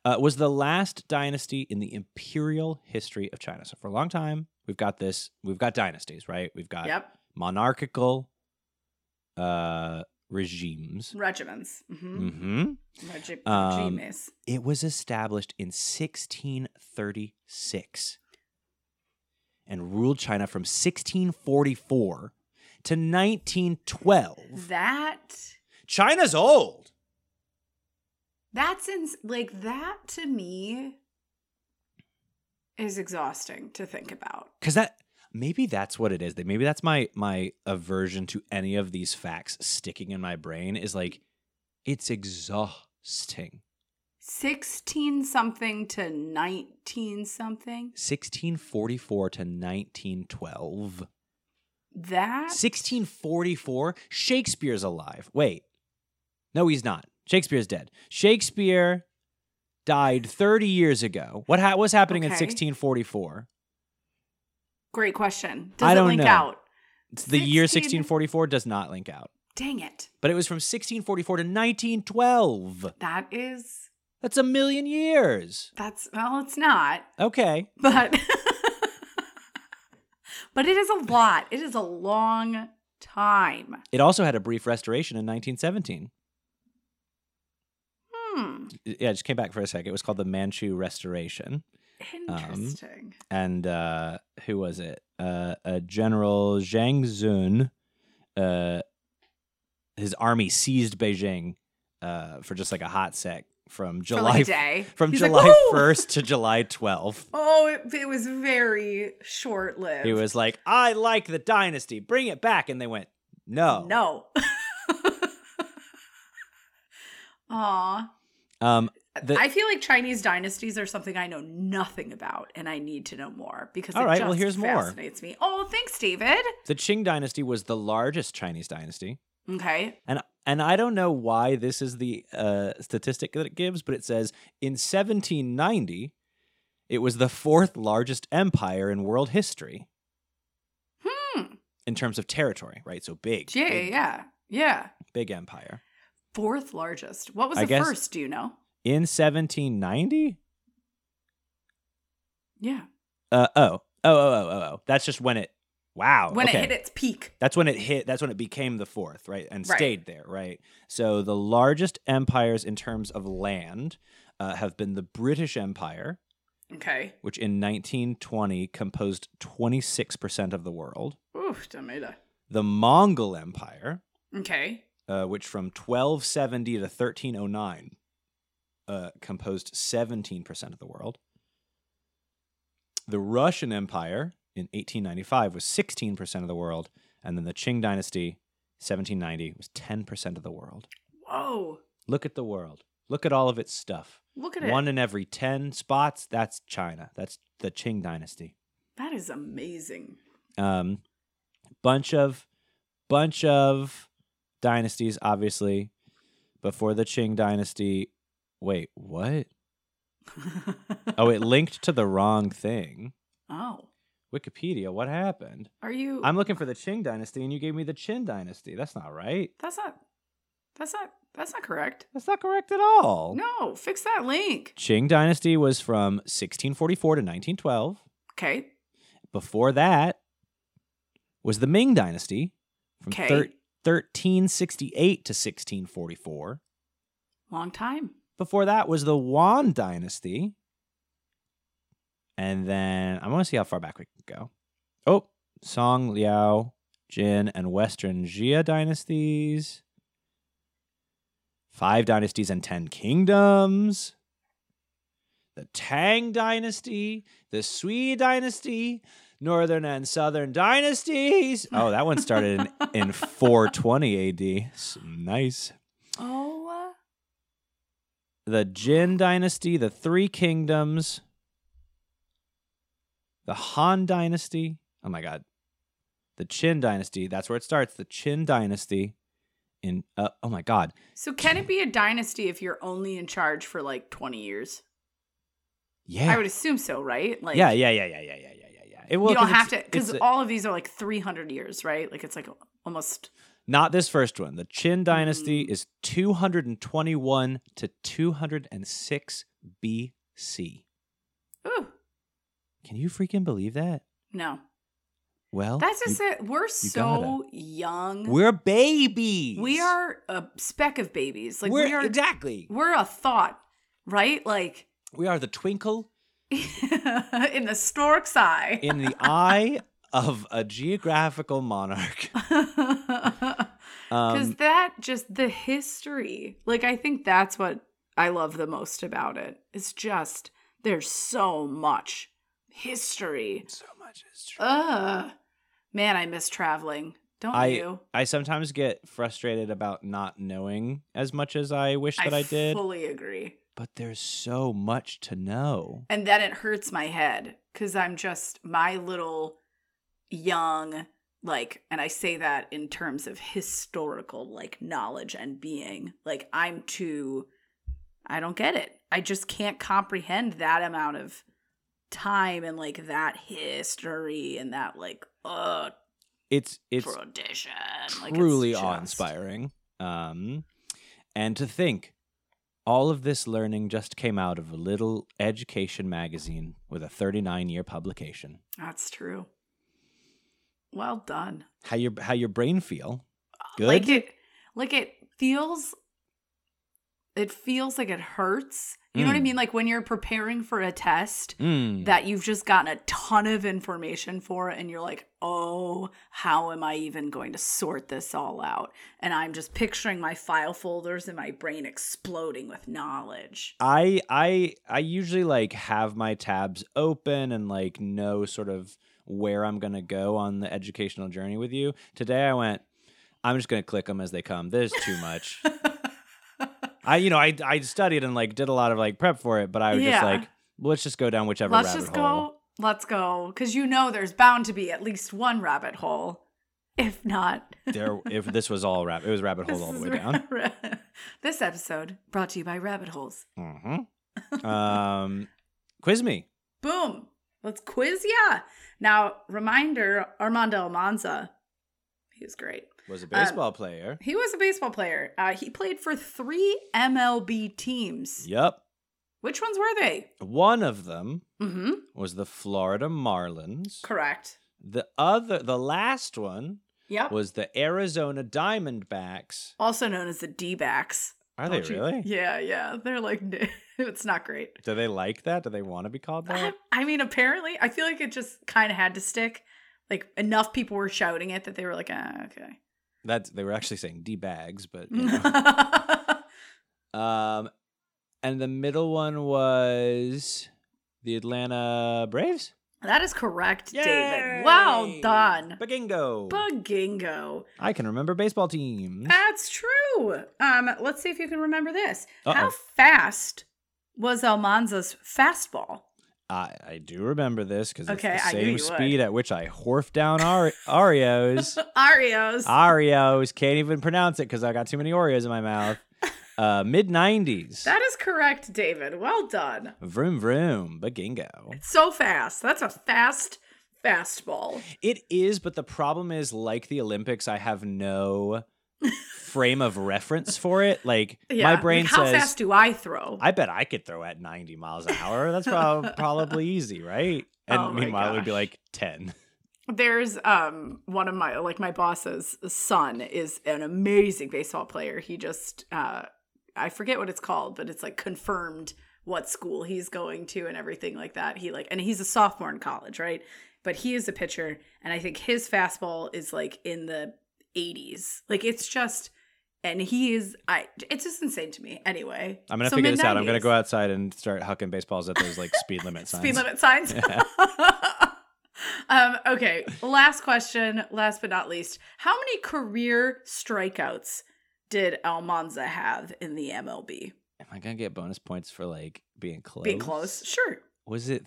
[SPEAKER 4] Uh, was the last dynasty in the imperial history of China. So for a long time, we've got this. We've got dynasties, right? We've got
[SPEAKER 5] yep.
[SPEAKER 4] monarchical uh, regimes.
[SPEAKER 5] Regiments. Mm-hmm.
[SPEAKER 4] hmm
[SPEAKER 5] Regi-
[SPEAKER 4] Um,
[SPEAKER 5] regimes.
[SPEAKER 4] It was established in 1636 and ruled China from 1644 to 1912.
[SPEAKER 5] That
[SPEAKER 4] China's old.
[SPEAKER 5] that's in like that to me is exhausting to think about.
[SPEAKER 4] Cuz that maybe that's what it is. That Maybe that's my my aversion to any of these facts sticking in my brain is like it's exhausting.
[SPEAKER 5] 16 something to 19 something.
[SPEAKER 4] 1644 to 1912.
[SPEAKER 5] That
[SPEAKER 4] 1644, Shakespeare's alive. Wait. No, he's not. Shakespeare's dead. Shakespeare died 30 years ago. What ha- was happening in
[SPEAKER 5] Okay.
[SPEAKER 4] 1644?
[SPEAKER 5] great question. Does
[SPEAKER 4] I don't
[SPEAKER 5] it link
[SPEAKER 4] know.
[SPEAKER 5] out?
[SPEAKER 4] It's the year
[SPEAKER 5] 16
[SPEAKER 4] 1644 does not link out.
[SPEAKER 5] Dang it.
[SPEAKER 4] But it was from 1644 to 1912.
[SPEAKER 5] That is
[SPEAKER 4] That's a million years.
[SPEAKER 5] that's well, it's not,
[SPEAKER 4] Okay.
[SPEAKER 5] but but it is a lot. It is a long time.
[SPEAKER 4] It also had a brief restoration in 1917.
[SPEAKER 5] Hmm.
[SPEAKER 4] Yeah, it just came back for a sec. It was called the Manchu Restoration. Um,
[SPEAKER 5] Interesting.
[SPEAKER 4] and uh who was it uh, uh general zhang zun uh his army seized beijing uh for just like a hot sec from
[SPEAKER 5] For
[SPEAKER 4] july
[SPEAKER 5] like a day.
[SPEAKER 4] from
[SPEAKER 5] He's like,
[SPEAKER 4] july
[SPEAKER 5] "Woo!"
[SPEAKER 4] 1st to july 12th
[SPEAKER 5] Oh, it, it was very short lived.
[SPEAKER 4] he was like i like the dynasty bring it back and they went no
[SPEAKER 5] no. Aw.
[SPEAKER 4] um The-
[SPEAKER 5] I feel like Chinese dynasties are something I know nothing about and I need to know more because
[SPEAKER 4] All
[SPEAKER 5] it
[SPEAKER 4] right,
[SPEAKER 5] just
[SPEAKER 4] well, here's more.
[SPEAKER 5] fascinates me. Oh, thanks, David.
[SPEAKER 4] the qing dynasty was the largest chinese dynasty
[SPEAKER 5] Okay.
[SPEAKER 4] And and I don't know why this is the uh, statistic that it gives, but it says in 1790, it was the fourth largest empire in world history
[SPEAKER 5] Hmm.
[SPEAKER 4] in terms of territory, right? So big,
[SPEAKER 5] Yeah,
[SPEAKER 4] big,
[SPEAKER 5] yeah, yeah.
[SPEAKER 4] big empire.
[SPEAKER 5] Fourth largest. What was
[SPEAKER 4] I
[SPEAKER 5] the
[SPEAKER 4] guess-
[SPEAKER 5] first, do you know?
[SPEAKER 4] In 1790,
[SPEAKER 5] Yeah.
[SPEAKER 4] uh, oh, oh, oh, oh, oh, oh, that's just when it. Wow.
[SPEAKER 5] When
[SPEAKER 4] Oh, okay.
[SPEAKER 5] it hit its peak.
[SPEAKER 4] That's when it hit. That's when it became the fourth, right? And
[SPEAKER 5] Right.
[SPEAKER 4] stayed there, right? So the largest empires in terms of land uh, have been the British Empire,
[SPEAKER 5] Okay.
[SPEAKER 4] which in 1920 composed 26% of the world,
[SPEAKER 5] Oof, tomato.
[SPEAKER 4] the Mongol Empire,
[SPEAKER 5] Okay.
[SPEAKER 4] uh, which from 1270 to 1309 uh, composed 17% of the world. The Russian Empire in 1895 was 16% of the world. And then the Qing Dynasty, 1790, was 10% of the world.
[SPEAKER 5] Whoa.
[SPEAKER 4] Look at the world. Look at all of its stuff.
[SPEAKER 5] Look at it.
[SPEAKER 4] One in every 10 spots, that's China. That's the Qing Dynasty.
[SPEAKER 5] that is amazing.
[SPEAKER 4] um bunch of bunch of dynasties obviously before the Qing dynasty wait what oh it linked to the wrong thing
[SPEAKER 5] oh.
[SPEAKER 4] wikipedia what happened
[SPEAKER 5] Are you
[SPEAKER 4] i'm looking for the Qing dynasty and you gave me the Qin dynasty that's not right
[SPEAKER 5] That's not That's not That's not correct.
[SPEAKER 4] that's not correct at all
[SPEAKER 5] No, fix that link.
[SPEAKER 4] Qing dynasty was from 1644 to 1912
[SPEAKER 5] Okay.
[SPEAKER 4] before that was the Ming dynasty from
[SPEAKER 5] Okay.
[SPEAKER 4] thir- 1368 to 1644
[SPEAKER 5] Long time.
[SPEAKER 4] Before that was the Wan Dynasty. And then I want to see how far back we can go. Oh, Song, Liao, Jin, and Western Jia dynasties. Five dynasties and ten kingdoms. The Tang Dynasty, the Sui Dynasty, Northern and Southern dynasties. Oh, that one started in, in 420 AD. S- Nice
[SPEAKER 5] Oh.
[SPEAKER 4] the Jin Dynasty, the Three Kingdoms, the Han Dynasty. Oh my God, the Qin Dynasty. That's where it starts. The Qin Dynasty. In uh, oh my God,
[SPEAKER 5] So can it be a dynasty if you're only in charge for like 20 years?
[SPEAKER 4] yeah,
[SPEAKER 5] I would assume so, right? Like
[SPEAKER 4] yeah, yeah, yeah, yeah, yeah, yeah, yeah, yeah, yeah. It will.
[SPEAKER 5] you don't have to because
[SPEAKER 4] all.
[SPEAKER 5] all of these are like 300 years, right? Like it's like almost
[SPEAKER 4] Not this first one. The Qin Dynasty
[SPEAKER 5] Mm.
[SPEAKER 4] is 221 to 206 BC.
[SPEAKER 5] ooh,
[SPEAKER 4] Can you freaking believe that?
[SPEAKER 5] no.
[SPEAKER 4] Well,
[SPEAKER 5] That's
[SPEAKER 4] Oh, you-
[SPEAKER 5] just it. We're so young.
[SPEAKER 4] we're babies.
[SPEAKER 5] We are a speck of babies. Like
[SPEAKER 4] we're
[SPEAKER 5] we are
[SPEAKER 4] exactly.
[SPEAKER 5] we're a thought, right? Like
[SPEAKER 4] We are the twinkle
[SPEAKER 5] in the stork's eye.
[SPEAKER 4] in the eye of a geographical monarch.
[SPEAKER 5] Because
[SPEAKER 4] Um,
[SPEAKER 5] that just the history. Like I think that's what I love the most about it. It's just there's so much history.
[SPEAKER 4] so much is true.
[SPEAKER 5] Ugh. Man, I miss traveling. Don't
[SPEAKER 4] I-
[SPEAKER 5] you?
[SPEAKER 4] I sometimes get frustrated about not knowing as much as I wish that I, did,
[SPEAKER 5] fully agree.
[SPEAKER 4] but there's so much to know.
[SPEAKER 5] And then it hurts my head because I'm just my little young, like, and I say that in terms of historical, like, knowledge and being. Like, I'm too, I don't get it. I just can't comprehend that amount of time and, like, that history and that, like, uh,
[SPEAKER 4] It's it's
[SPEAKER 5] tradition. Like, it's
[SPEAKER 4] truly
[SPEAKER 5] just-
[SPEAKER 4] awe-inspiring. Um, and to think, all of this learning just came out of a little education magazine with a 39-year publication.
[SPEAKER 5] That's true. Well done.
[SPEAKER 4] How your how your brain feel? Good.
[SPEAKER 5] Like it like it feels it feels like it hurts. You know what I
[SPEAKER 4] Mm.
[SPEAKER 5] mean? Like when you're preparing for a test
[SPEAKER 4] Mm.
[SPEAKER 5] that you've just gotten a ton of information for and you're like, "Oh, how am I even going to sort this all out?" And I'm just picturing my file folders and my brain exploding with knowledge.
[SPEAKER 4] I I I usually like have my tabs open and like know sort of where I'm gonna go on the educational journey with you. Today I went. I'm just gonna click them as they come. There's too much. I you know I I studied and like did a lot of like prep for it, but I was
[SPEAKER 5] Yeah.
[SPEAKER 4] just like let's just go down whichever
[SPEAKER 5] Let's
[SPEAKER 4] rabbit
[SPEAKER 5] just
[SPEAKER 4] hole.
[SPEAKER 5] go. Let's go cuz you know there's bound to be at least one rabbit hole. If not,
[SPEAKER 4] There if this was all rabbit, it was rabbit hole all the
[SPEAKER 5] is
[SPEAKER 4] way
[SPEAKER 5] ra-
[SPEAKER 4] down.
[SPEAKER 5] ra- this episode brought to you by Rabbit Holes.
[SPEAKER 4] hmm Um, quiz me.
[SPEAKER 5] Boom. Let's quiz ya. Now, reminder Armando Almanza, he was great.
[SPEAKER 4] Was a baseball player.
[SPEAKER 5] He was a baseball player. Uh, he played for three MLB teams.
[SPEAKER 4] Yep.
[SPEAKER 5] Which ones were they?
[SPEAKER 4] One of them
[SPEAKER 5] Mm hmm.
[SPEAKER 4] was the Florida Marlins.
[SPEAKER 5] Correct.
[SPEAKER 4] The other, the last one
[SPEAKER 5] Yep.
[SPEAKER 4] was the Arizona Diamondbacks.
[SPEAKER 5] also known as the D backs.
[SPEAKER 4] Are they really?
[SPEAKER 5] Oh, Yeah, yeah. They're like, it's not great.
[SPEAKER 4] Do they like that? Do they want to be called
[SPEAKER 5] I,
[SPEAKER 4] that?
[SPEAKER 5] I mean, apparently, I feel like it just kind of had to stick. Like, enough people were shouting it that they were like, ah, okay.
[SPEAKER 4] That they were actually saying D bags, but you know.
[SPEAKER 5] yeah.
[SPEAKER 4] um, and the middle one was the Atlanta Braves.
[SPEAKER 5] That is correct,
[SPEAKER 4] Yay!
[SPEAKER 5] David. Well done.
[SPEAKER 4] Bagingo.
[SPEAKER 5] Bugingo.
[SPEAKER 4] I can remember baseball teams.
[SPEAKER 5] That's true. Um, let's see if you can remember this.
[SPEAKER 4] Uh-oh.
[SPEAKER 5] How fast was Almanza's fastball?
[SPEAKER 4] I, I do remember this because
[SPEAKER 5] Okay,
[SPEAKER 4] it's the
[SPEAKER 5] I knew
[SPEAKER 4] same
[SPEAKER 5] you would.
[SPEAKER 4] speed at which I horfed down Are- Oreos.
[SPEAKER 5] Arios.
[SPEAKER 4] Ah. Oreos. Can't even pronounce it because I got too many Oreos in my mouth. Uh, Mid 90s.
[SPEAKER 5] that is correct, David. Well done.
[SPEAKER 4] Vroom vroom, bagingo.
[SPEAKER 5] So fast. That's a fast fastball.
[SPEAKER 4] It is, but the problem is, like the Olympics, I have no frame of reference for it. Like my
[SPEAKER 5] Yeah.
[SPEAKER 4] brain
[SPEAKER 5] like, how
[SPEAKER 4] says,
[SPEAKER 5] fast do I throw?
[SPEAKER 4] I bet I could throw at 90 miles an hour. That's prob- probably easy, right? And
[SPEAKER 5] Oh my
[SPEAKER 4] meanwhile, it would be
[SPEAKER 5] gosh.
[SPEAKER 4] like 10.
[SPEAKER 5] There's um one of my like my boss's son is an amazing baseball player. He just uh I forget what it's called, but it's like confirmed what school he's going to and everything like that. He like and he's a sophomore in college, right? But he is a pitcher and I think his fastball is like in the 80s. Like it's just and he is I it's just insane to me. Anyway.
[SPEAKER 4] I'm going to
[SPEAKER 5] so
[SPEAKER 4] figure this out. I'm going to
[SPEAKER 5] mid-nineties.
[SPEAKER 4] go outside and start hucking baseballs at those like speed limit signs.
[SPEAKER 5] Speed limit signs. um, okay, last question, last but not least. How many career strikeouts did Almanza have in the MLB?
[SPEAKER 4] Am I going to get bonus points for like being close?
[SPEAKER 5] Being close. Sure.
[SPEAKER 4] Was it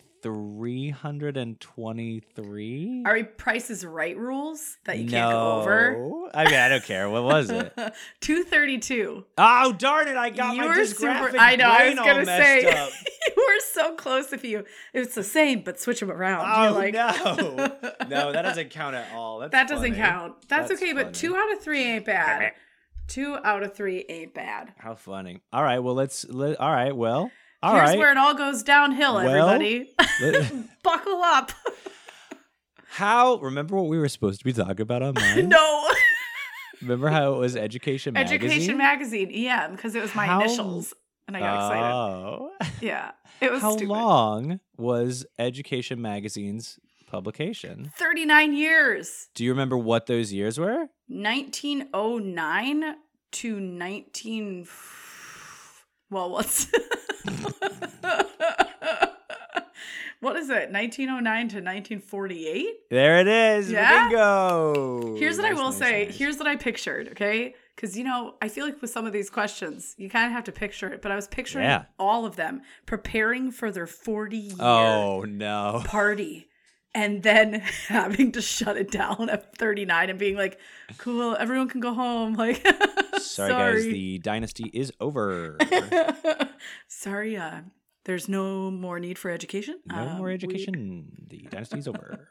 [SPEAKER 4] 323?
[SPEAKER 5] Are we Price's Right rules that you can't go over?
[SPEAKER 4] No. I mean, I don't care. What was it?
[SPEAKER 5] 232.
[SPEAKER 4] Oh darn it! I got
[SPEAKER 5] You
[SPEAKER 4] my
[SPEAKER 5] were
[SPEAKER 4] dysgraphic
[SPEAKER 5] super. I know. I
[SPEAKER 4] brain
[SPEAKER 5] was
[SPEAKER 4] all
[SPEAKER 5] gonna
[SPEAKER 4] messed
[SPEAKER 5] say
[SPEAKER 4] up.
[SPEAKER 5] you were so close. If you, it's the same, but switch them around.
[SPEAKER 4] Oh
[SPEAKER 5] You're like,
[SPEAKER 4] no, no, that doesn't count at all. That's
[SPEAKER 5] That doesn't
[SPEAKER 4] funny.
[SPEAKER 5] count. That's,
[SPEAKER 4] That's
[SPEAKER 5] okay,
[SPEAKER 4] funny.
[SPEAKER 5] but two out of three ain't bad. two out of three ain't bad.
[SPEAKER 4] How funny! All right, well let's. Let, all right, well, all
[SPEAKER 5] Here's
[SPEAKER 4] right.
[SPEAKER 5] where it all goes downhill,
[SPEAKER 4] Well-
[SPEAKER 5] everybody.
[SPEAKER 4] Let-
[SPEAKER 5] Buckle up.
[SPEAKER 4] how? Remember what we were supposed to be talking about online?
[SPEAKER 5] no.
[SPEAKER 4] Remember how it was Education Magazine?
[SPEAKER 5] Education Magazine, EM, because it was my
[SPEAKER 4] How-
[SPEAKER 5] initials. And I got excited.
[SPEAKER 4] Oh,
[SPEAKER 5] Yeah. It was
[SPEAKER 4] how
[SPEAKER 5] stupid.
[SPEAKER 4] long was Education Magazine's publication?
[SPEAKER 5] 39 years.
[SPEAKER 4] Do you remember what those years were?
[SPEAKER 5] 1909 to 19. Well, what's. what is it? 1909 to 1948?
[SPEAKER 4] There it is.
[SPEAKER 5] Yeah?
[SPEAKER 4] Bingo.
[SPEAKER 5] Here's what
[SPEAKER 4] Nice,
[SPEAKER 5] I will
[SPEAKER 4] nice,
[SPEAKER 5] say.
[SPEAKER 4] nice.
[SPEAKER 5] Here's what I pictured, okay? Because, you know, I feel like with some of these questions, you kind of have to picture it, but I was picturing
[SPEAKER 4] Yeah.
[SPEAKER 5] all of them preparing for their 40 year
[SPEAKER 4] Oh no.
[SPEAKER 5] party and then having to shut it down at 39 and being like, cool, everyone can go home. Like,
[SPEAKER 4] Sorry, guys, the dynasty is over.
[SPEAKER 5] sorry, uh, there's no more need for education.
[SPEAKER 4] No
[SPEAKER 5] Um,
[SPEAKER 4] more
[SPEAKER 5] we-
[SPEAKER 4] education. The dynasty is over.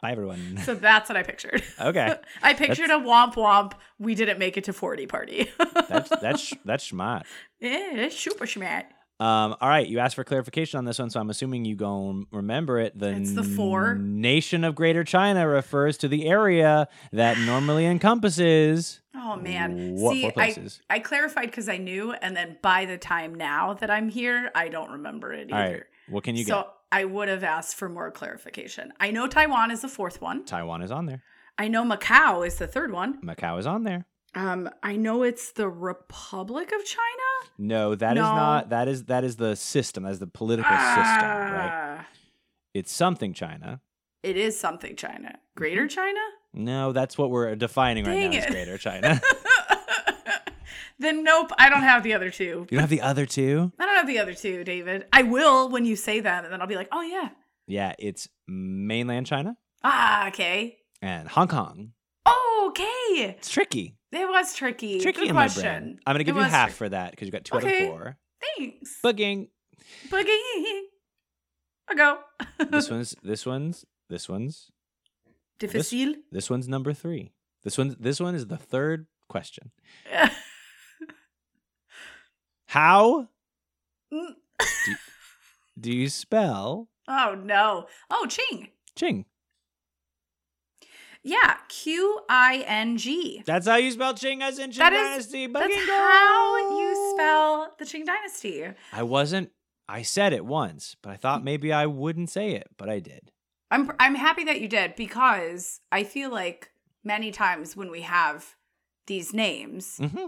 [SPEAKER 4] Bye everyone.
[SPEAKER 5] So that's what I pictured.
[SPEAKER 4] Okay.
[SPEAKER 5] I pictured a womp womp. We didn't make it to 40 party.
[SPEAKER 4] That's that's sh- that's smart.
[SPEAKER 5] yeah, that's super schmat.
[SPEAKER 4] Um, all right, you asked for clarification on this one, so I'm assuming you gon' remember it. The
[SPEAKER 5] It's the four.
[SPEAKER 4] nation of Greater China refers to the area that normally encompasses.
[SPEAKER 5] Oh man.
[SPEAKER 4] What
[SPEAKER 5] See,
[SPEAKER 4] four places?
[SPEAKER 5] I, I clarified because I knew, and then by the time now that I'm here, I don't remember it either.
[SPEAKER 4] All right, what can you
[SPEAKER 5] so
[SPEAKER 4] get?
[SPEAKER 5] I would have asked for more clarification. I know Taiwan is the fourth one.
[SPEAKER 4] Taiwan is on there.
[SPEAKER 5] I know Macau is the third one.
[SPEAKER 4] Macau is on there.
[SPEAKER 5] Um, I know it's the Republic of China.
[SPEAKER 4] No, that is
[SPEAKER 5] No.
[SPEAKER 4] not. That is that is the system. That is the political system. Right?
[SPEAKER 5] Ah,
[SPEAKER 4] It's something China.
[SPEAKER 5] It is something China. Greater
[SPEAKER 4] Mm-hmm.
[SPEAKER 5] China?
[SPEAKER 4] No, that's what we're defining right
[SPEAKER 5] Dang
[SPEAKER 4] now as
[SPEAKER 5] it.
[SPEAKER 4] Greater China.
[SPEAKER 5] then nope, I don't have the other two.
[SPEAKER 4] you don't have the other two?
[SPEAKER 5] I don't have the other two, David. I will when you say them, and then I'll be like, oh yeah.
[SPEAKER 4] Yeah, it's mainland China
[SPEAKER 5] Ah, okay.
[SPEAKER 4] and Hong Kong.
[SPEAKER 5] Okay.
[SPEAKER 4] It's tricky.
[SPEAKER 5] It was tricky.
[SPEAKER 4] Tricky
[SPEAKER 5] Good
[SPEAKER 4] in
[SPEAKER 5] question.
[SPEAKER 4] my brain. I'm gonna
[SPEAKER 5] It
[SPEAKER 4] give you
[SPEAKER 5] was
[SPEAKER 4] half
[SPEAKER 5] tricky.
[SPEAKER 4] for that because you got two out
[SPEAKER 5] Okay.
[SPEAKER 4] of four.
[SPEAKER 5] Thanks.
[SPEAKER 4] Bugging.
[SPEAKER 5] Boogie. I'll go.
[SPEAKER 4] this one's this one's this one's
[SPEAKER 5] Difficile.
[SPEAKER 4] this one's number three. This one this one is the third question. How
[SPEAKER 5] Mm.
[SPEAKER 4] do you spell
[SPEAKER 5] oh no. Oh, Ching.
[SPEAKER 4] Ching?
[SPEAKER 5] Yeah, Q I N G.
[SPEAKER 4] That's how you spell Ching as in Ching
[SPEAKER 5] That is-
[SPEAKER 4] Dynasty.
[SPEAKER 5] That's
[SPEAKER 4] Bugging
[SPEAKER 5] how
[SPEAKER 4] go.
[SPEAKER 5] you spell the Ching Dynasty.
[SPEAKER 4] I wasn't. I said it once, but I thought maybe I wouldn't say it, but I did.
[SPEAKER 5] I'm I'm happy that you did because I
[SPEAKER 4] Mm.
[SPEAKER 5] feel like many times when we have these names,
[SPEAKER 4] Mm-hmm.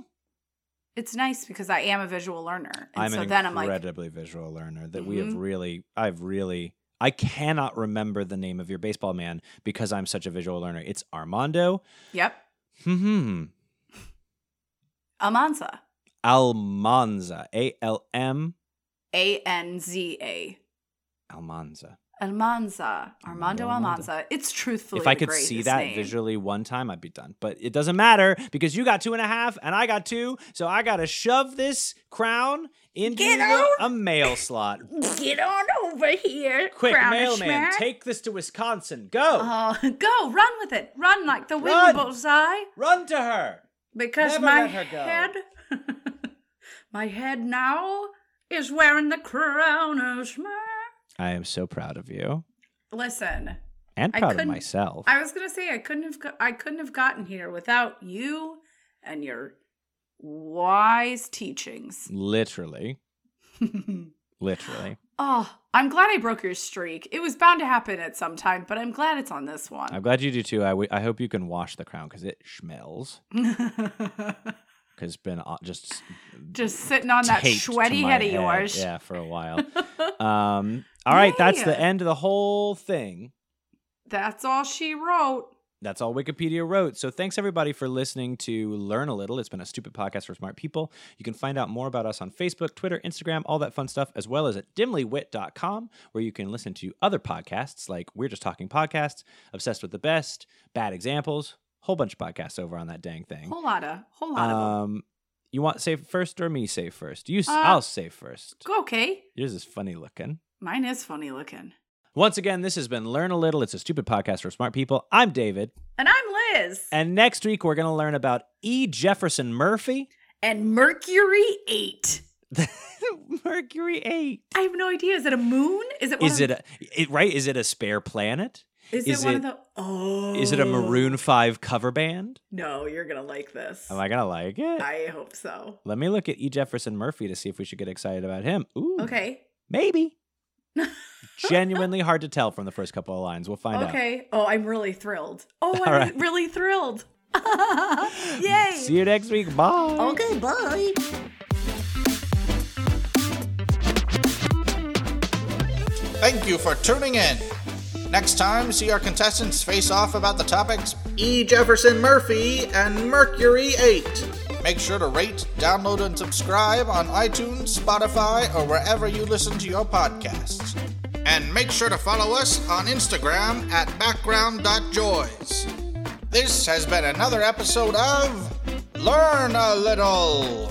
[SPEAKER 5] It's nice because I am a visual learner. And
[SPEAKER 4] I'm
[SPEAKER 5] so
[SPEAKER 4] an
[SPEAKER 5] then I'm like,
[SPEAKER 4] incredibly visual learner that we have
[SPEAKER 5] Mhm.
[SPEAKER 4] really, I've really, I cannot remember the name of your baseball man because I'm such a visual learner. It's Armando.
[SPEAKER 5] yep,
[SPEAKER 4] Hmm.
[SPEAKER 5] Amanza.
[SPEAKER 4] Almanza. A L M.
[SPEAKER 5] A N Z A.
[SPEAKER 4] Almanza.
[SPEAKER 5] Almanza. Armando
[SPEAKER 4] Armando Almanza.
[SPEAKER 5] Almanza. It's truthfully.
[SPEAKER 4] If I
[SPEAKER 5] the
[SPEAKER 4] could see
[SPEAKER 5] greatest
[SPEAKER 4] that
[SPEAKER 5] name.
[SPEAKER 4] visually one time, I'd be done. But it doesn't matter because you got two and a half and I got two. So I got to shove this crown into
[SPEAKER 5] Get
[SPEAKER 4] the-
[SPEAKER 5] out.
[SPEAKER 4] a mail slot.
[SPEAKER 5] Get on over here.
[SPEAKER 4] Quick,
[SPEAKER 5] Crownish
[SPEAKER 4] mailman,
[SPEAKER 5] man.
[SPEAKER 4] take this to Wisconsin. Go.
[SPEAKER 5] Oh, go run with it. Run like the
[SPEAKER 4] Run.
[SPEAKER 5] wind, bullseye.
[SPEAKER 4] Run to her.
[SPEAKER 5] Because
[SPEAKER 4] Never
[SPEAKER 5] my
[SPEAKER 4] let her go.
[SPEAKER 5] head, my head now is wearing the crown of smile.
[SPEAKER 4] I am so proud of you
[SPEAKER 5] Listen,
[SPEAKER 4] and
[SPEAKER 5] I
[SPEAKER 4] proud of
[SPEAKER 5] couldn't-
[SPEAKER 4] myself.
[SPEAKER 5] I was gonna say I couldn't have go- I couldn't have gotten here without you and your wise teachings.
[SPEAKER 4] literally, literally.
[SPEAKER 5] oh, I'm glad I broke your streak. It was bound to happen at some time, but I'm glad it's on this one.
[SPEAKER 4] I'm glad you do too. I, w- I hope you can wash the crown because it smells. Because it's been o- just
[SPEAKER 5] Just sitting on that
[SPEAKER 4] taped to
[SPEAKER 5] sweaty
[SPEAKER 4] my
[SPEAKER 5] head of yours.
[SPEAKER 4] Yeah, for a while. um, all right, that's the
[SPEAKER 5] Yeah.
[SPEAKER 4] end of the whole thing.
[SPEAKER 5] That's all she wrote.
[SPEAKER 4] That's all Wikipedia wrote. So thanks everybody for listening to Learn a Little. It's been a stupid podcast for smart people. You can find out more about us on Facebook, Twitter, Instagram, all that fun stuff, as well as at dimlywit.com, where you can listen to other podcasts like We're Just Talking Podcasts, Obsessed with the Best, Bad Examples, whole bunch of podcasts over on that dang thing.
[SPEAKER 5] Whole lot of whole lot of them.
[SPEAKER 4] Um, you want say first or me say first? You, s
[SPEAKER 5] Uh,
[SPEAKER 4] I'll say first.
[SPEAKER 5] Go okay.
[SPEAKER 4] Yours is funny looking.
[SPEAKER 5] Mine is funny looking.
[SPEAKER 4] Once again, this has been Learn a Little. It's a stupid podcast for smart people. I'm David.
[SPEAKER 5] And I'm Liz.
[SPEAKER 4] And next week, we're going to learn about E. Jefferson Murphy,
[SPEAKER 5] And Mercury 8.
[SPEAKER 4] Mercury 8.
[SPEAKER 5] I have no idea. Is it a moon? Is it one
[SPEAKER 4] Is it,
[SPEAKER 5] of,
[SPEAKER 4] a, it right? Is it a spare planet?
[SPEAKER 5] is
[SPEAKER 4] is
[SPEAKER 5] it one
[SPEAKER 4] it-
[SPEAKER 5] of the Oh
[SPEAKER 4] Is it a Maroon 5 cover band?
[SPEAKER 5] No, you're gonna like this.
[SPEAKER 4] Am I going to like it?
[SPEAKER 5] I hope so.
[SPEAKER 4] Let me look at E. Jefferson Murphy to see if we should get excited about him. Ooh.
[SPEAKER 5] Okay.
[SPEAKER 4] Maybe. Genuinely hard to tell from the first couple of lines. We'll find out.
[SPEAKER 5] Okay. Oh, I'm really thrilled. Oh,
[SPEAKER 4] All
[SPEAKER 5] I'm
[SPEAKER 4] right.
[SPEAKER 5] really thrilled. Yay.
[SPEAKER 4] See you next week. Bye.
[SPEAKER 1] Okay, bye.
[SPEAKER 2] Thank you for tuning in. Next time, see our contestants face off about the topics.
[SPEAKER 3] E. Jefferson Murphy and Mercury 8.
[SPEAKER 2] Make sure to rate, download, and subscribe on iTunes, Spotify, or wherever you listen to your podcasts. And make sure to follow us on Instagram at background.joys. This has been another episode of Learn a Little.